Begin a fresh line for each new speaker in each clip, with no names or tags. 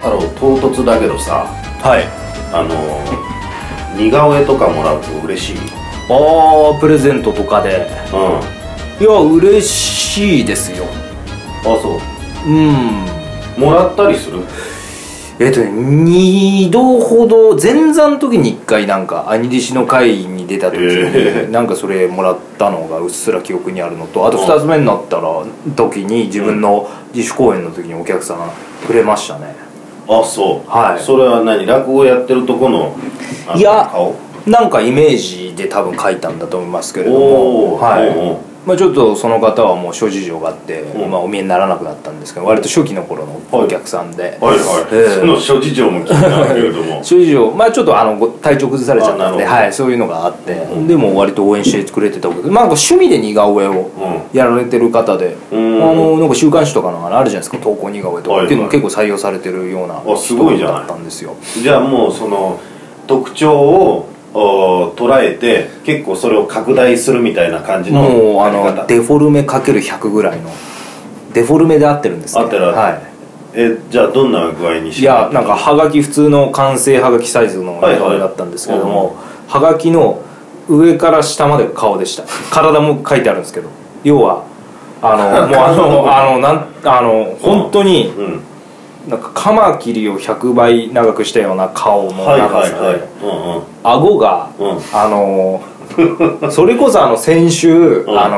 太郎唐突だけどさ
はい
あ の似顔絵とかもらうと嬉しい
ああプレゼントとかで
うんあ
いや嬉しいですよ
そ
うん
うもらったりする
えっとね2度ほど前座の時に1回なんか兄弟子の会に出た時
へ
になんかそれもらったのがうっすら記憶にあるのとあと2つ目になったら時に自分の自主公演の時にお客さんくれましたね
あそう
はい
それは何落語やってるとこのあの
いや
顔
なんかイメージで多分書いたんだと思いますけれど
お
も、
お
はい
おうおう
まあ、ちょっとその方はもう諸事情があって、
うん
まあ、お見えにならなくなったんですけど割と初期の頃のお客さんで、
はいはい、
ええ
その諸事情も聞いたんだけれど も
諸事情、まあ、ちょっとあのご体調崩されちゃったんで、
あなるほど
はい、そういうのがあって、
うん
でも割と応援してくれてたわけで、まあ、なんか趣味で似顔絵を
う
やられてる方で、
うん
あのなんか週刊誌とかのあるじゃないですか投稿似顔絵と
は
か、
いはい
っていうのも結構採用されてるような
あすごいじゃない
人だったんですよ
んじゃあもうその特徴をおー捉えて結構それを拡大するみたいな感じの
もうあ
やり方
のデフォルメかける100ぐらいのデフォルメで合ってるんですね
合ってる合ってる
はい
えじゃあどんな具合にし
いやなんかはがき普通の完成はがきサイズの
はいはい
顔だったんですけどもはがきの上から下までが顔でした体も書いてあるんですけど要はあの もうあのあのなんあの本当に
うん
なんかカマキリを100倍長くしたような顔の
はい
長
はい
さで
は
顎が
いうんうんうん
あ のそれこそあの先週、
うん
あ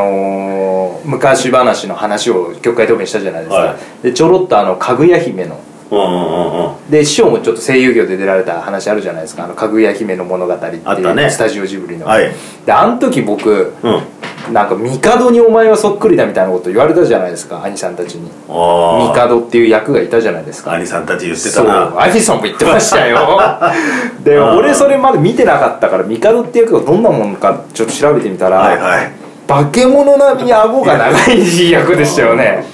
の昔話の話を曲会答弁したじゃないですか、
は
でちょろっとあのかぐや姫の
うんうんうん
で師匠もちょっと声優業で出られた話あるじゃないですか「あのかぐや姫の物語」ってい
あったね
うスタジオジブリの、
はい
であの時僕
うん
なんか帝にお前はそっくりだみたいなこと言われたじゃないですか兄さんたちに
ああ
帝っていう役がいたじゃないですか
兄さんたち言って
そ
た
う
な
アニソンも言ってまし たよで
うん
俺それまで見てなかったから帝っていう役がどんなもんかちょっと調べてみたら、
はいはい
化け物並みに顎が長い役でしたよね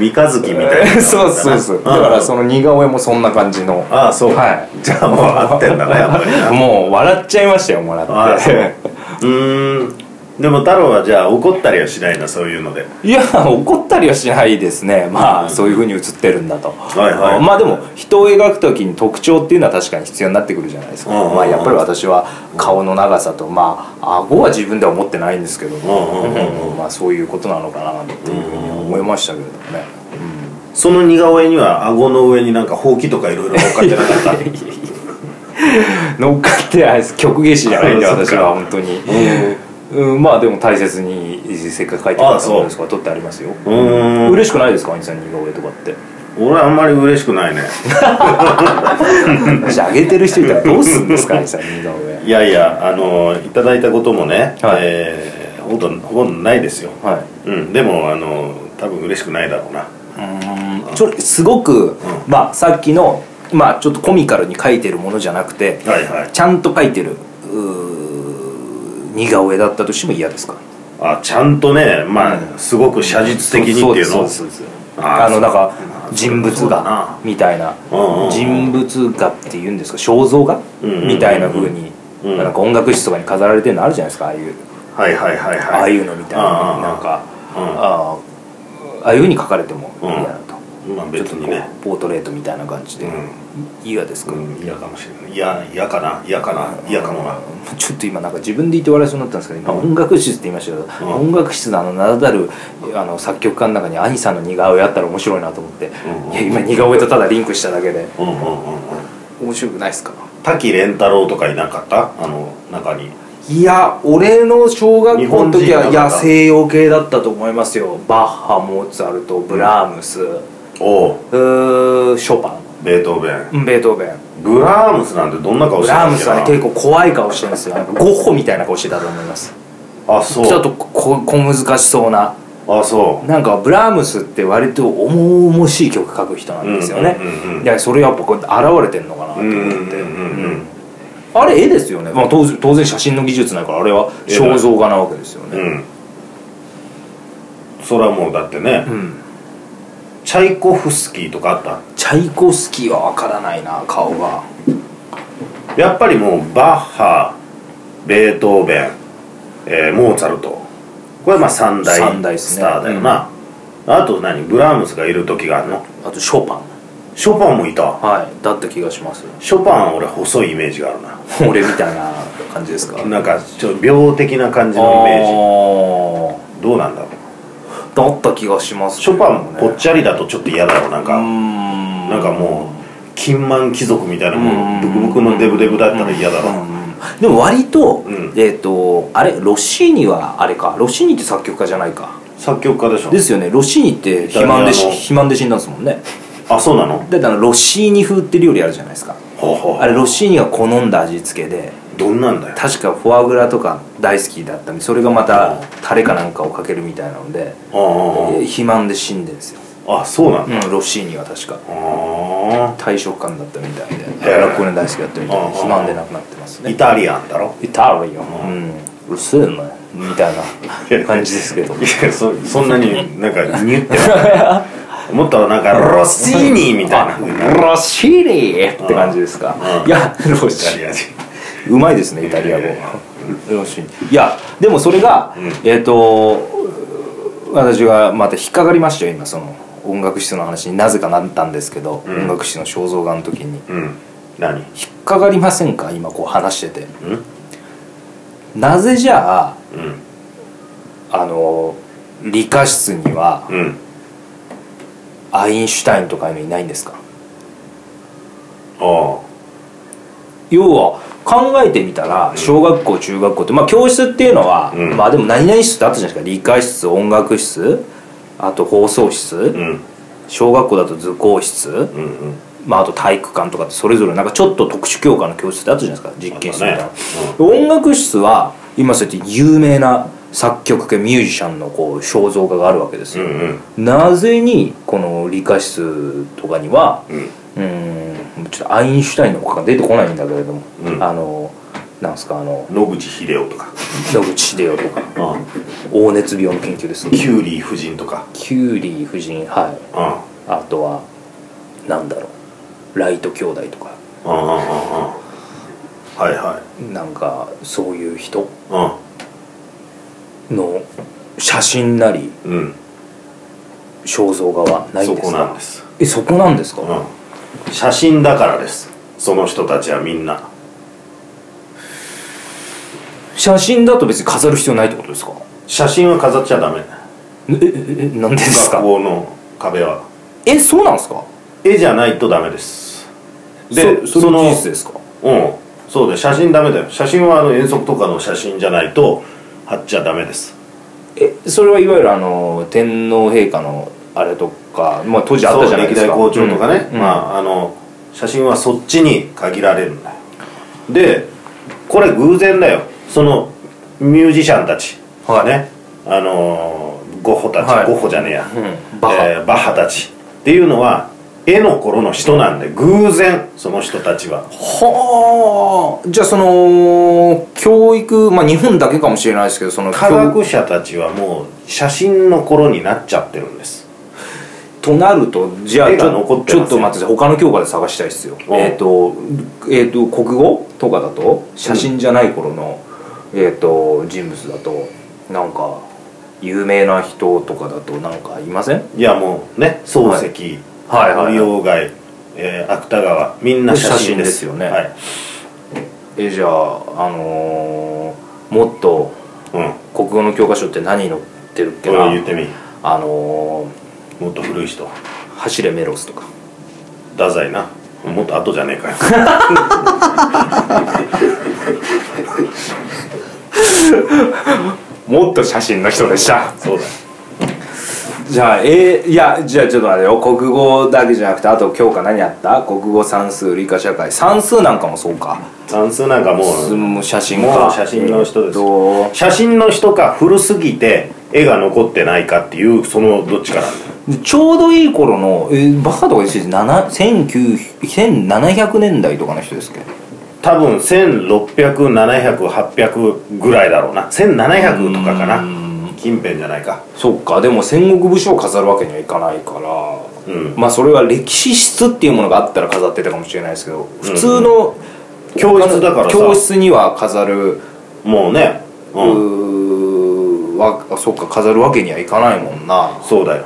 三日 月みたいな
そうそうそうだからその似顔絵もそんな感じの
ああそう
はい
じゃあもう合ってんだねやっぱりな
もう笑っちゃいましたよもら
あ
っ
そう
て
うーんでも太郎はじゃあ怒ったりはしないなそういうので
いや怒ったりはしないですねまあ、そういうふうに映ってるんだと、
いはい
まあでも人を描く時に特徴っていうのは確かに必要になってくるじゃないですか、
うんうんうん
まあ、やっぱり私は顔の長さとまあ顎は自分では思ってないんですけども、
うんうんうん
まあ、そういうことなのかなっていうふうに思いましたけれどもね、
その似顔絵には顎の上になんかほうきとかいろいろ乗っかってなかった
乗っかってないです曲芸師じゃないんで
あそっか
私は本当に、うんまあでも大切にせっかく書いてくれたものですから撮ってありますよ
うーん
嬉しくないですか兄さん似顔絵とかって
俺はあんまり嬉しくないね
私あげてる人いたらどうすんですか兄さん似顔絵
いやいやあのいただいたこともね、
はい
えーほとんどほとんどないですよ
はい
うんでもあの多分嬉しくないだろうな
それすごく、まあさっきのまあちょっとコミカルに描いてるものじゃなくて
はいはい
ちゃんと描いてるうー似顔絵だったとしても嫌ですか
あちゃんとねまあ、
う
すごく写実的にっていう
そ
の
ですそうですそうです
あー
あのなんか
そう
人物
そうだな
画みたいな
うんうんうん
人物画っていうんですか肖像画
うんうんうんうん
みたいな風に
うん
なんか音楽室とかに飾られてるのあるじゃないですかああいう
はいはいはいはい
ああいうのみたいな
ああ
なんか
うん
ああああいう風に描かれても
うん
嫌だと
まあ
ちょっ
別
とこ
にね
うポートレートみたいな感じで嫌ですか
うん嫌かもしれないいや嫌かな嫌かな嫌かもな
ちょっと今なんか自分で言って笑いそうになったんですけど今音楽室って言いましたけど、
うん
音楽室のあの名だたるあの作曲家の中に兄さんの似顔絵あったら面白いなと思って、
んうん
いや今似顔絵とただリンクしただけで
うんうんうんうん
面白くないですか
滝蓮太郎とかいなかったあの中に
いや俺の小学校の時
日本人
は
の
い
方
や西洋系だったと思いますよバッハモーツァルトブラームス、う
おお
ーショパ
ベートーベン
ンベートーベン
ブラームスなんてどんな顔
ブ
してた
ラー
ん
ム
け
ス
な
はね結構怖い顔してるんですよなんかゴッホみたいな顔してたと思います
あそう
ちょっとこ小難しそうな
あそ
なんかブラームスって割と重々しい曲書く人なんですよね
うんうんうんうん
いやそれやっぱこうやって現れてんのかなと
ううんう
思
ん
って、
うんうん
あれ絵ですよね、まあ、当然当然写真の技術ないからあれは肖像画なわけですよ
う
ね
んそれはもうだってね、
うん
チャイコフスキーとかあっ
チャイコフスキーはわからないな顔が
たやっぱりもうバッハベートーベン、えーモーツァルトこれはまあ三大
三大っす
ス
ね
ターだよな、あと何ブラームスがいる時があるの
あとショパン
ショパンもいた
はいだった気が します
ショパン俺細いイメージがあるな
俺みたいな感じで すか
なんかちょっと病的な感じのイメージどうなんだろう
あーだった気がします
ショパンぽっちゃりだとちょっと嫌だろうなん
ゃ
か、
ん
なんかもう金満貴族みたいなもうブクブクのデブデブだったら嫌だろう、
うんでも割と、
ん
えっ、とあれロッシーニはあれかロッシーニって作曲家じゃないか
作曲家でしょ
ですよねロッシーニって肥満でし
イタリアの
肥満で死んだんですもんね
あそうなの
だってあのロッシーニ風って料理あるじゃないですか
ほうほう
あれロッシーニが好んだ味付けで
どんなんだよ
確かフォアグラとか大好きだったんでそれがまたタレかなんかをかけるみたいなので
あー
肥満で死んでんですよ、
あそうなん
う
だ、
ん、ロッシーニは確か
あ
大食感だったみたいで
へえ
ラッコネ大好きだったみたい
ああ
で肥満で亡くなってます
あイ
ね
タリアンだろ
イタリアンうんうるせえなみたいな感じですけ ど
いやそそんなになんかニュってなもっとなんかロッシーニみたいな
あロッシーニって感じですか
うん
いやロッ
イ
シ
タ
ー
リア人
うまいですねイタリア語
いやいや
よしいやでもそれが、
ん
えっ、と私がまた引っかかりましたよ今その音楽室の話になぜかなったんですけど、
ん
音楽室の肖像画の時に
うん何ん
引っかかりませんか今こう話しててなぜじゃあ
うん
あの理科室には
うん
アインシュタインとかいうのいないんですか
あ
要は考えてみたら小学校中学校ってまあ教室っていうのは、
うん
まあでも何々室ってあったじゃないですか理科室音楽室あと放送室、
あうん
小学校だと図工室、
うんうん
まあ、あと体育館とかってそれぞれなんかちょっと特殊教科の教室ってあったじゃないですか実験室みたいな、
あった
音楽室は今そうやって有名な作曲家ミュージシャンのこう肖像画があるわけです
う
よ、
んうん
なぜにこの理科室とかには
うん
うーんちょっとアインシュタインの他が出てこないんだけれども、
うん
あのなんすかあの
野口英世とか
野口英世とか
う
黄熱病の研究です
んキューリー夫人とか
キューリー夫人はい
うんうん
あとはなんだろうライト兄弟とか
うんうんうんはいはい
なんかそういう人
う
の写真なり
んうん
肖像画はないん
そ
ですか
こなんです、
えそこなんですか、
うん、写真だからですその人たちはみんな
写真だと別に飾る必要ないってことですか
写真は飾っちゃダメ
えええなんでです
学
か
校の壁は
えそうなんですか
絵じゃないとダメですで
そその事実ですか
うんそうだよ写真ダメだよ写真はあの遠足とかの写真じゃないと貼っちゃダメです
えそれはいわゆるあの天皇陛下のあれとか、まあ、当時あ
そ
っ
う
たじゃないですか
歴代校長とかね、
うんうん
まああの写真はそっちに限られるんだよでこれ偶然だよそのミュージシャンたち、
はい
ねあのーゴッホたち、
はい
ゴッホじゃねえや、
うんバッハ
えーバッハたちっていうのは絵の頃の人なんで偶然その人たちは
はあじゃあその教育まあ日本だけかもしれないですけどその
科
教
学者たちはもう写真の頃になっちゃってるんです
となるとじゃあ
絵
ち
が
ょ
残ってます
ちょっと待ってください他の教科で探したいですよ
お
えっ、とえっ、と国語とかだと写真じゃない頃の、えっ、と人物だとなんか有名な人とかだとなんかいません
いやもうね漱石
はいはいはいはい
森鴎外、えー芥川みんな写真です
写真ですよね
はい
えじゃああのーもっと
うん
国語の教科書って何載ってるっけ
これ
な
言ってみ
あの
もっと古い人
ー走れメロスとか
太宰なもっと後じゃねえかよ
もっと写真の人でした
そうだよ
じゃあえーいやじゃあちょっと待ってよ国語だけじゃなくてあと教科何あった国語算数理科社会算数なんかもそうか
算数なんかも
す
う
もう写真か
もう写真の人です
どう
写真の人か古すぎて絵が残ってないかっていうそのどっちかなんだよ
ちょうどいい頃の、えー、バカとかですよ7 1900 1700年代とかの人ですけど
多分1600700800800ぐらいだろうな1700とかかな近辺じゃないか
そっかでも戦国武将を飾るわけにはいかないから
うん
まあそれは歴史室っていうものがあったら飾ってたかもしれないですけど普通の
教室だからさ
教室には飾る
もうねうん
うーわそっか飾るわけにはいかないもんな
そうだよ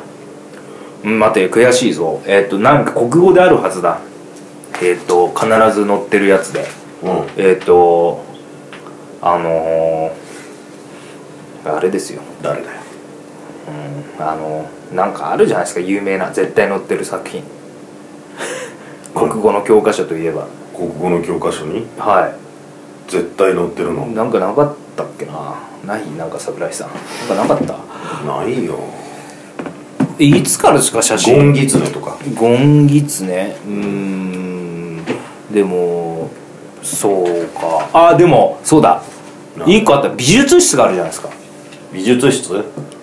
ううん待て悔しいぞえっ、となんか国語であるはずだえっ、と必ず載ってるやつで
うん
えっ、とあのーあれですよ
誰だよ
あのなんかあるじゃないですか有名な絶対載ってる作品国語の教科書といえば
国語の教科書に
は
絶対載ってるの
いなんかなかったっけなないなんか桜井さんなんかなかっ
ないよ
たいつからですか写
ゴン
真
ギツネとか
ゴンギツネうーんでもそうかあでもそうだ
な
一個あった美術室があるじゃないですか
美術室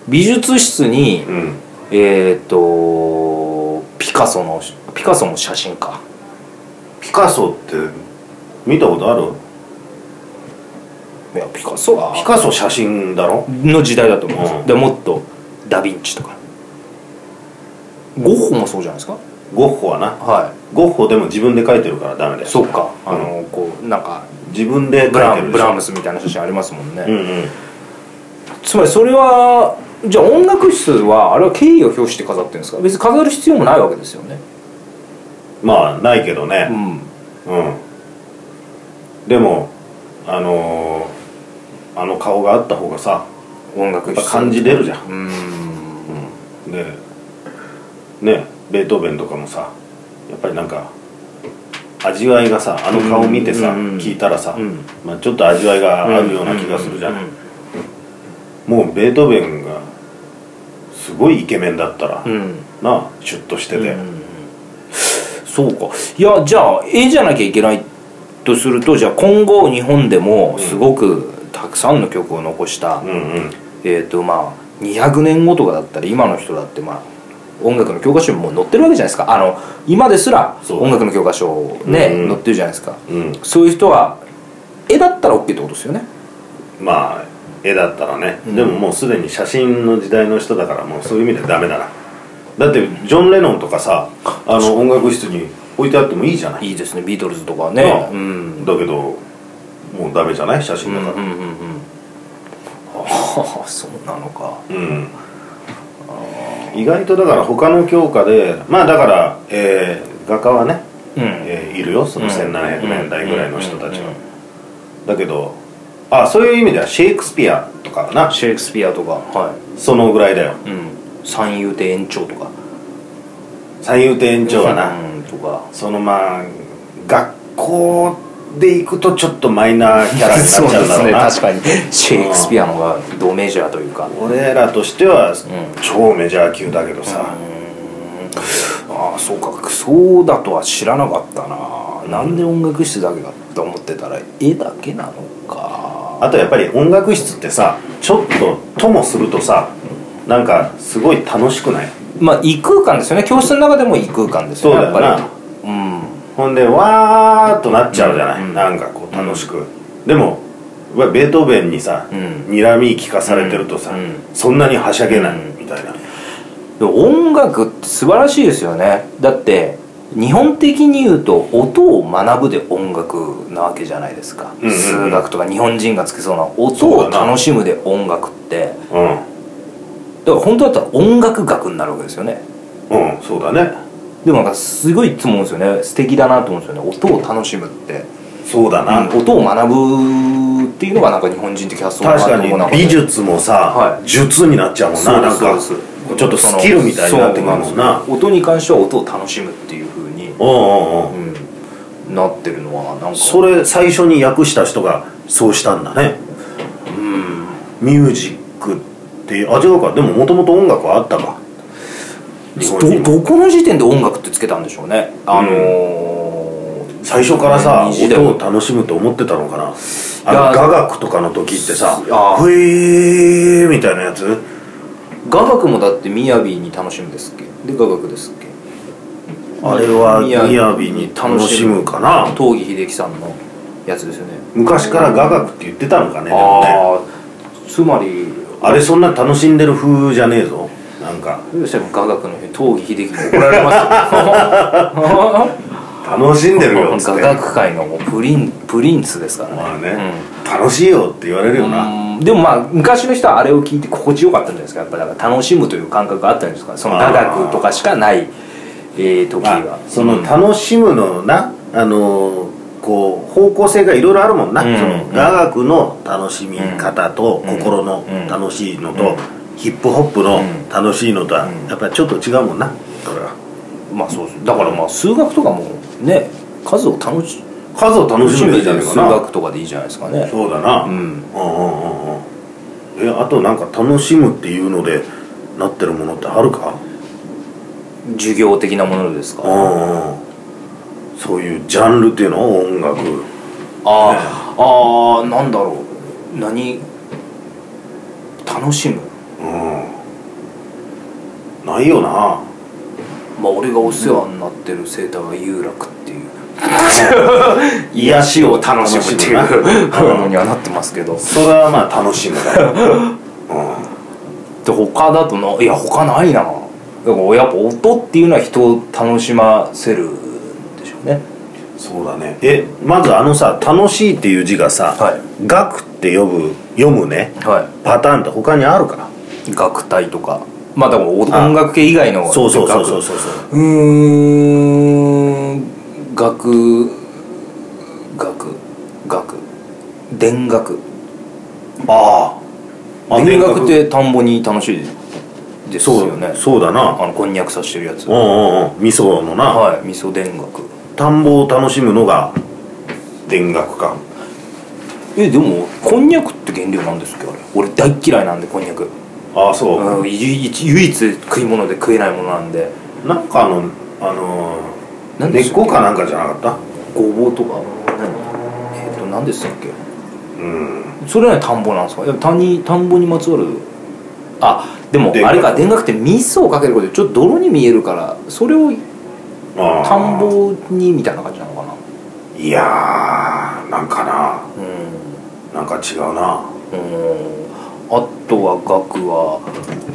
美術室に、
うん
えっ、とピカソのピカソの写真か
ピカソって見たことある
いやピカソは
ピカソ写真だろ
の時代だと思うんですよ、
うん
でもっとダ・ヴィンチとかゴッホもそうじゃないですか
ゴッホはな
は
ゴッホでも自分で描いてるからダメだ
い
よ
そうか
うん
あの、こうなんか
自分で
ブ
描い
ラ
てる
ムブラームスみたいな写真ありますもんね、
うんうん
つまりそれはじゃあ音楽室はあれは敬意を表して飾ってるんですか別に飾る必要もないわけですよね
まあないけどね、
うん
うんでもあのーあの顔があった方がさ
音
や
楽
っぱ
室
感じ出るじゃん
うーん
でねベートーベンとかもさやっぱりなんか味わいがさあの顔見てさ、
うんうん
聞いたらさ、
うん
まあ、ちょっと味わいがあるような気がするじゃん、
うん
もうベートーベンがすごいイケメンだったら、
うんうん
なあシュッとしてて、
うんそうかいやじゃあ絵じゃなきゃいけないとするとじゃあ今後日本でもすごくたくさんの曲を残した、
うんうん
えっ、とまあ200年後とかだったら今の人だってまあ音楽の教科書にもう載ってるわけじゃないですかあの今ですら
そう
音楽の教科書ね、
うん
載ってるじゃないですか
うん
そういう人は絵だったら OK ってことですよね
まあ絵だったらね、
うん
でももうすでに写真の時代の人だからもうそういう意味ではダメだなだってジョン・レノンとかさあの音楽室に置いてあってもいいじゃない
いいですねビートルズとかね
ああ
うん
だけどもうダメじゃない写真
う
だ
んう
か
んう
ら
んうんああそうなのか
うん、意外とだから他の教科でまあだから、えー画家はね、
うん、
えーいるよその1700年代ぐらいの人たち
うんうんうん
は
うん
だけどあそういう意味ではシェイクスピアとかな
シェイクスピアとかは
そのぐらいだよ
い、うん、三遊亭延長とか
三遊亭延長はな、
うんとか
そのまあ学校で行くとちょっとマイナーキャラになっちゃ
そうで
うんだ
す
ろう
ね
な
確かにシェイクスピアのがドメジャーというか
俺らとしては
ん
超メジャー級だけど
う
さ、
ーんああそうかそうだとは知らなかったな、なんで音楽室だけだと思ってたら絵だけなのか
あとやっぱり音楽室ってさちょっとともするとさなんかすごい楽しくない
まあ異空間ですよね教室の中でも異空間ですよね
そうだよな
やっぱりうん
ほんでわーっとなっちゃうじゃない、
うん
なんかこう楽しく、でもうわベートーベンにさ、
うん
にらみ聞かされてるとさ、
うん
そんなにはしゃげない
うん
みたいな、
でも音楽って素晴らしいですよねだって日本的に言うと音を学ぶで音楽なわけじゃないですか、
うんうんうん
数学とか日本人がつけそうな音
そ
を
うだな
楽しむで音楽って
うん
だから本当だったら音楽学になるわけですよね
うんそうだね
でもなんかすごいいつも思うんですよね素敵だなと思うんですよね音を楽しむって、
そうだな、
うん音を学ぶっていうのがなんか日本人的発想だな
確か
と
に
思うな
美術もさ、
はい
術になっちゃうもんななんか
そうです
ちょっとスキルみたいになってくるも
そ
ん
うな
なん
ですよ音に関しては音を楽しむっていうふうに
うんうんうん
うん、なってるのはなんか
それ最初に訳した人がそうしたんだねミュージックっていうあ違うかでももともと音楽はあったか日本人
ど
も
どこの時点で音楽ってつけたんでしょうねあのー
最初からさ
二次でも
音を楽しむと思ってたのかなあの
や
雅楽とかの時ってさ「
あ
ふえー」みたいなやつ
雅楽もだって「みやびに楽しむ」ですっけで雅楽ですっけ
あれは雅に楽しむかな
東儀秀樹さんのやつですよね
昔から雅楽って言ってたのかねでもね
ああつまり
あれそんな楽しんでる風じゃねえぞなんか
どうしても雅楽の日東儀秀樹に怒られますよ
楽しんでる よっつっ
画
て
学界のもうプリンプリンスですからね,、
まあね、楽しいよって言われるよな、
うんでもまあ昔の人はあれを聞いて心地よかったんじゃないですかやっぱだから楽しむという感覚があったんですかその雅楽とかしかない、えー、時
ま
が
あ、その楽しむのな、あのーこう方向性がいろいろあるもんな、
うん
その雅楽の楽しみ方と
うん
心の楽しいのと、ヒップホップの楽しいのとは
うん
やっぱりちょっと違うもんなそれは
まあそうですだからまあ数学とかもね数を楽し
数を楽しめ
む
ばいいじゃない
数
かな
学とかでいいじゃないですかね
そうだな、
うん
うんうんうんうんえあとなんか楽しむっていうのでなってるものってあるか
授業的なものですか
うんうんそういうジャンルっていうの音楽
あああーなんだろう何楽しむ
うんないよな
まあ俺がお世話になってる生態は有楽っ ていう癒しを楽しむっていう
楽しむな
のにはなってますけど
それはまあ楽しむだよ、
で他だとないや他ないなだからやっぱ音っていうのは人を楽しませるんでしょうね
うん、そうだねえまずあのさ「楽しい」っていう字がさ
はい
「楽」って呼ぶ読むね
は
パターンって他にあるか
い楽隊とかまあでも
あ
音楽系以外の
そうそうそうそう
楽
そう
うーん楽楽楽田楽
ああ
田楽って田んぼに楽しいです
そう
よね
そうだな
あのこんにゃくさしてるやつ
うんうんうん味噌のな、
はい味噌田楽
田んぼを楽しむのが田楽か
えでもこんにゃくって原料なんですっけどあれ俺大っ嫌いなんでこんにゃく
ああそう、
うん唯一唯一食い物で食えないものなんで
なんかあのあのー、
何
根
でし
った
っけ
こかなんかじゃなかった
ごぼうとか何えっ、と何でしたっけ
うん
それは田んぼなんですかいや田に田んぼにまつわるあでも
田楽
あれか田楽って味噌をかけることでちょっと泥に見えるからそれを
ああ
田んぼにみたいな感じなのかない
やーなんかな
う
なんか違うなん
うんあとは額は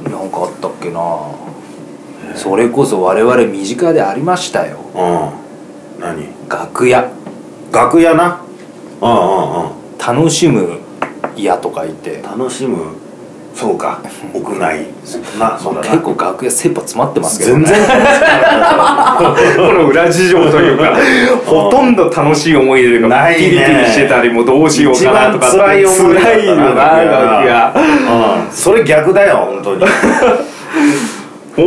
なんかあったっけなそれこそ我々身近でありましたよ
うん何
楽屋
楽屋なうんうんうん
楽しむ屋とかいて
楽しむそう か屋内なそうだな
結構楽屋切羽詰まってますけど
全然
この裏事情というか ほとんど楽しい思い出が
な
ピ
いね
リピリしてたりもうどうしようかなとか
一番辛い思い出だったな
辛いのな楽屋
うんそれ逆だよ本当に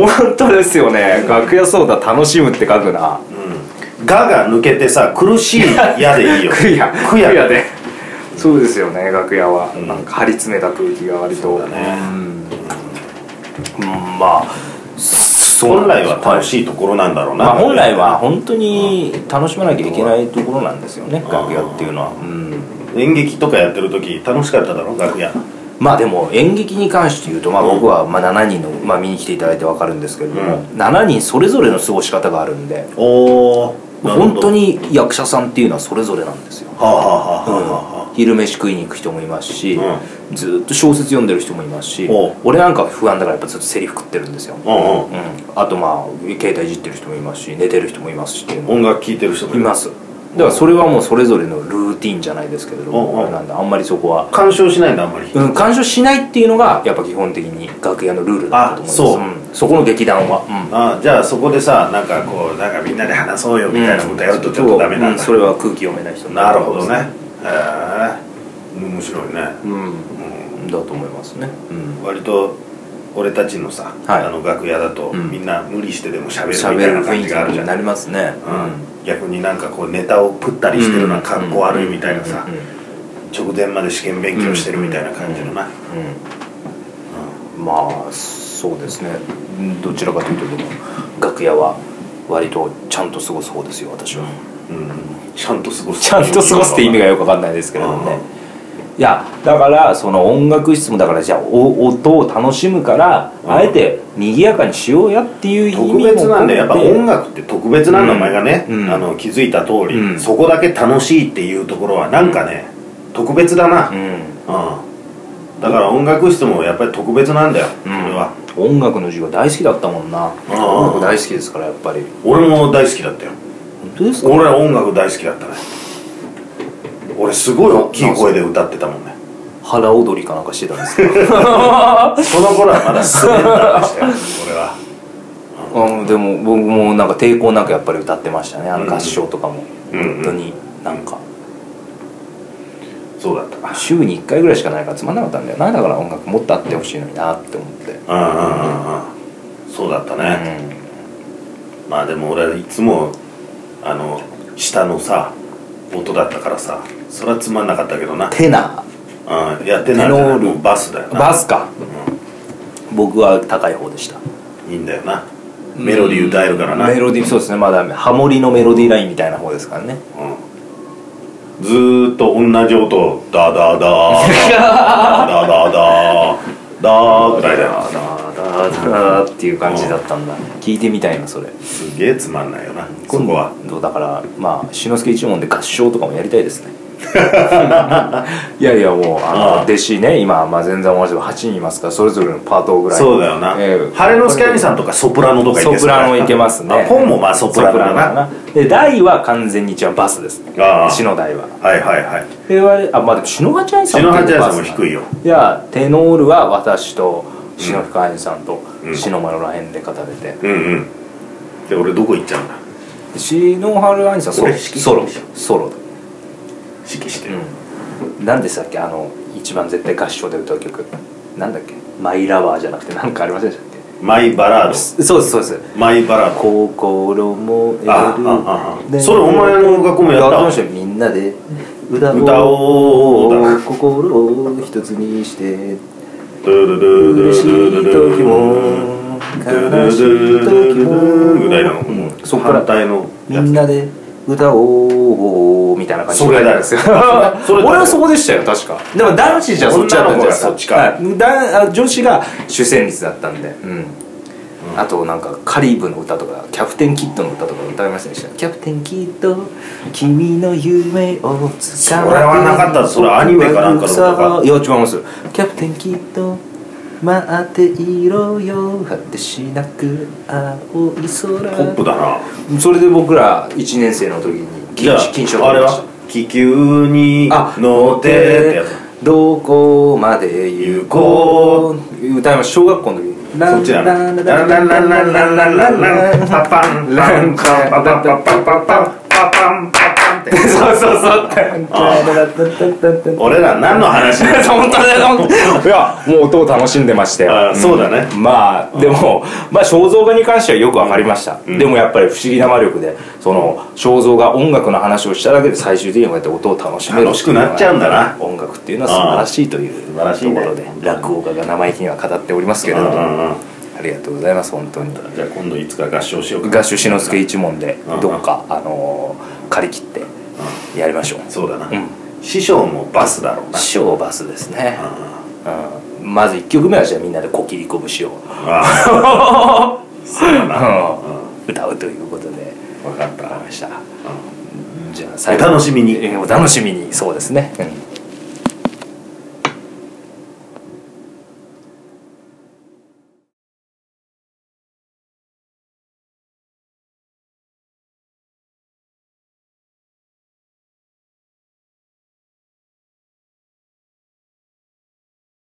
本当ですよね楽屋そうだ楽しむって書くな
うん「が」が抜けてさ苦しい「や」で いいよ
クヤ
クヤ
でそうですよね楽屋は、
ん
なんか張り詰めた空気が割と
そうだね
うん、うんまあそう
本来は楽しいところなんだろうな、
まあ、本来は本当に楽しまなきゃいけないところなんですよね
うん
楽屋っていうのは、うん、
演劇とかやってる時楽しかっただろ楽屋
まあでも演劇に関して言うと、まあ、僕はまあ7人の、まあ、見に来ていただいて分かるんですけれども、
うん
7人それぞれの過ごし方があるんで
おお
本当に役者さんっていうのはそれぞれなんですよ
はあはあはあはあはあ
昼飯食いに行く人もいますし、
う
ずーっと小説読んでる人もいますし
おう
俺なんかは不安だからやっぱずっとセリフ食ってるんですよ、うん
うんうん
あとまあ携帯いじってる人もいますし寝てる人もいますしっていうのも
音楽聴いてる人も
いますだからそれはもうそれぞれのルーティンじゃないですけれど
おうおう
もあれなんであんまりそこは、
干渉しないんだあんまり
うん、干渉しないっていうのがやっぱ基本的に楽屋のルールだと思います、
あそうん
そこの劇団は、うん
あじゃあそこでさなんかこうなんかみんなで話そうよみたいなことやるとちょっとダメなん
うん
だ、
それは空気読めない人に
なるほ
と
ど
思
ね
います
へえ面白いね、
うんだと思いますね、うん
割と俺たちのさ、
はい
あの楽屋だと、
うん
みんな無理してでも喋るみた
喋
いな感
る雰囲
じ
気
があるじゃ
に
ん
なりますね
うん、逆になんかこうネタを食ったりしてるのはかっこ悪いみたいなさ
うんうん
直前まで試験勉強してるみたいな感じのな、
うんまあそうですねうんどちらかというとでも楽屋は割とちゃんと過ごす方ですよ私は、
うんちゃんと過ごす
ちゃんと過ごすって意味がよくわかんないですけれどもね、いやだからその音楽室もだからじゃあお音を楽しむから、
うん
あえて賑やかにしようやっていう意味も
特別なんだよやっぱ音
楽
楽って特別なんだ、
うん
お前がね、
うん
あの気づいた通り、
うん
そこだけ楽しいっていうところはなんかね、特別だな、
う
うん
ん、
だから音楽室もやっぱり特別なんだよ、それは
音楽の授業大好きだったもんな
あ
音楽大好きですからやっぱり
俺も大好きだったよ
う本当ですか
俺ら音楽大好きだったね俺すごい大きい声で歌ってたもんね
腹踊りかなんかしてたんですけど
その頃はまだスレンダーでしたよ俺は
うんでも僕もなんか抵抗なくやっぱり歌ってましたねあの合唱とかも、
うん
本当になんか
そうだったう
週に1回ぐらいしかないからつまんなかったんだよなだから音楽もっとあってほしいのになって思って
んうんうんうんそうだったね、まあでも俺はいつもあの下のさ音だったからさそれはつまんなかったけどな、
テナ
うん、やってない
テノール
もうバスだよな
バスか、僕は高い方でした
いいんだよなメロディー歌えるからな、うん
メロディーそうですねまだハモリのメロディーラインみたいな方ですからね
ずーっと同じ音をダダダーダダダーダーぐらいだよ
ダダダーっていう感じだったんだ聞いてみたいなそれ
すげえつまんないよなそこは
今度だからまあ志の輔一門で合唱とかもやりたいですねいやいやもうあの
ああ
弟子ね今、まあ、前座も同じで8人いますからそれぞれのパートぐらい
そうだよな、
ええ
晴れのスキャミさんとかソプラノとかいけそう
ソプラノいけますね
あポンもまあソプラノだな
ソプラノだで大は完全に一番バスですね
ああ
詩の大は
はいはいはい
で我々あまあでも篠八兄さん
篠八
結構
谷
バ
さ
ス
んも
だ
低いよ
いやテノールは私と篠深兄さんと
うん
篠丸らへんで語れて、
うんうんで俺どこ行っちゃうんだ
篠原兄さんソロ
俺指揮
ソロソロだ
指揮してる、
うん、なんでしたっけあの一番絶対合唱で歌う曲なんだっけマイラバーじゃなくてなんかありませんでしたっ
マイバラ
け
ー
そうですそうです
ドマイバラード
心も得る
ああああそれお前の学校もやったわ
やってましたよみんなで歌おう
歌おうだな
心を一つにして
ドゥルルルル
嬉し
ルル
い
ル
時も悲しい時も
ぐらいなの、
うんそっから
反対の
み
やつ
んなで歌おうみたいな感じで
それだよ
ですよ
それだよ
俺はそこでしたよ確かでも男子じゃそっちだったんじゃないです
女の子がそっちか
はいだあ女子が主旋律だったんでうんあとなんかカリブの歌とかキャプテンキッドの歌とか歌いませんでしたキャプテンキッド君の夢をつかむ
それはなかったそれアニメかなんかの歌か
いや違いますよキャプテンキッド待っていろよ果てしなく青い空
ポップだな
それで僕ら1年生の時に
じゃ
金
あ
金賞
あれ
取りまし
は気球に
たあ
乗ってってやつ
どこまで行こう歌います小学校の時に
そっちだなランランランランランランランランパパンランパンパパンパパンパパンパパンパパンって
そうそうそう
あ俺ら何の話だよ
本当だよ本当いやもう音を楽しんでましたよ
あそうだね
まあでも、まあ、肖像画に関してはよく分かりました、でもやっぱり不思議な魔力でその肖像画音楽の話をしただけで最終的にこうやって音を楽しめる
楽しくなっちゃうんだな
音楽っていうのは素晴らしいという
ああ素晴らしいね
ところで落語家が生意気には語っておりますけれども
うんうんうん
ありがとうございます本当に
じゃあ今度いつか合唱しようか
合唱志の輔一門で
うんうん
どっか、あのー借り切ってやりましょう
そうだな、
うん
師匠もバスだろうな
師匠バスですね、
あ
うん、まず1曲目はじゃあみんなで「こきりこ節」を
あそうだな
うん歌うということで
分かっ
わかり
た
ました
う
じゃあ
お楽しみに
えーお楽しみにそうですね、うん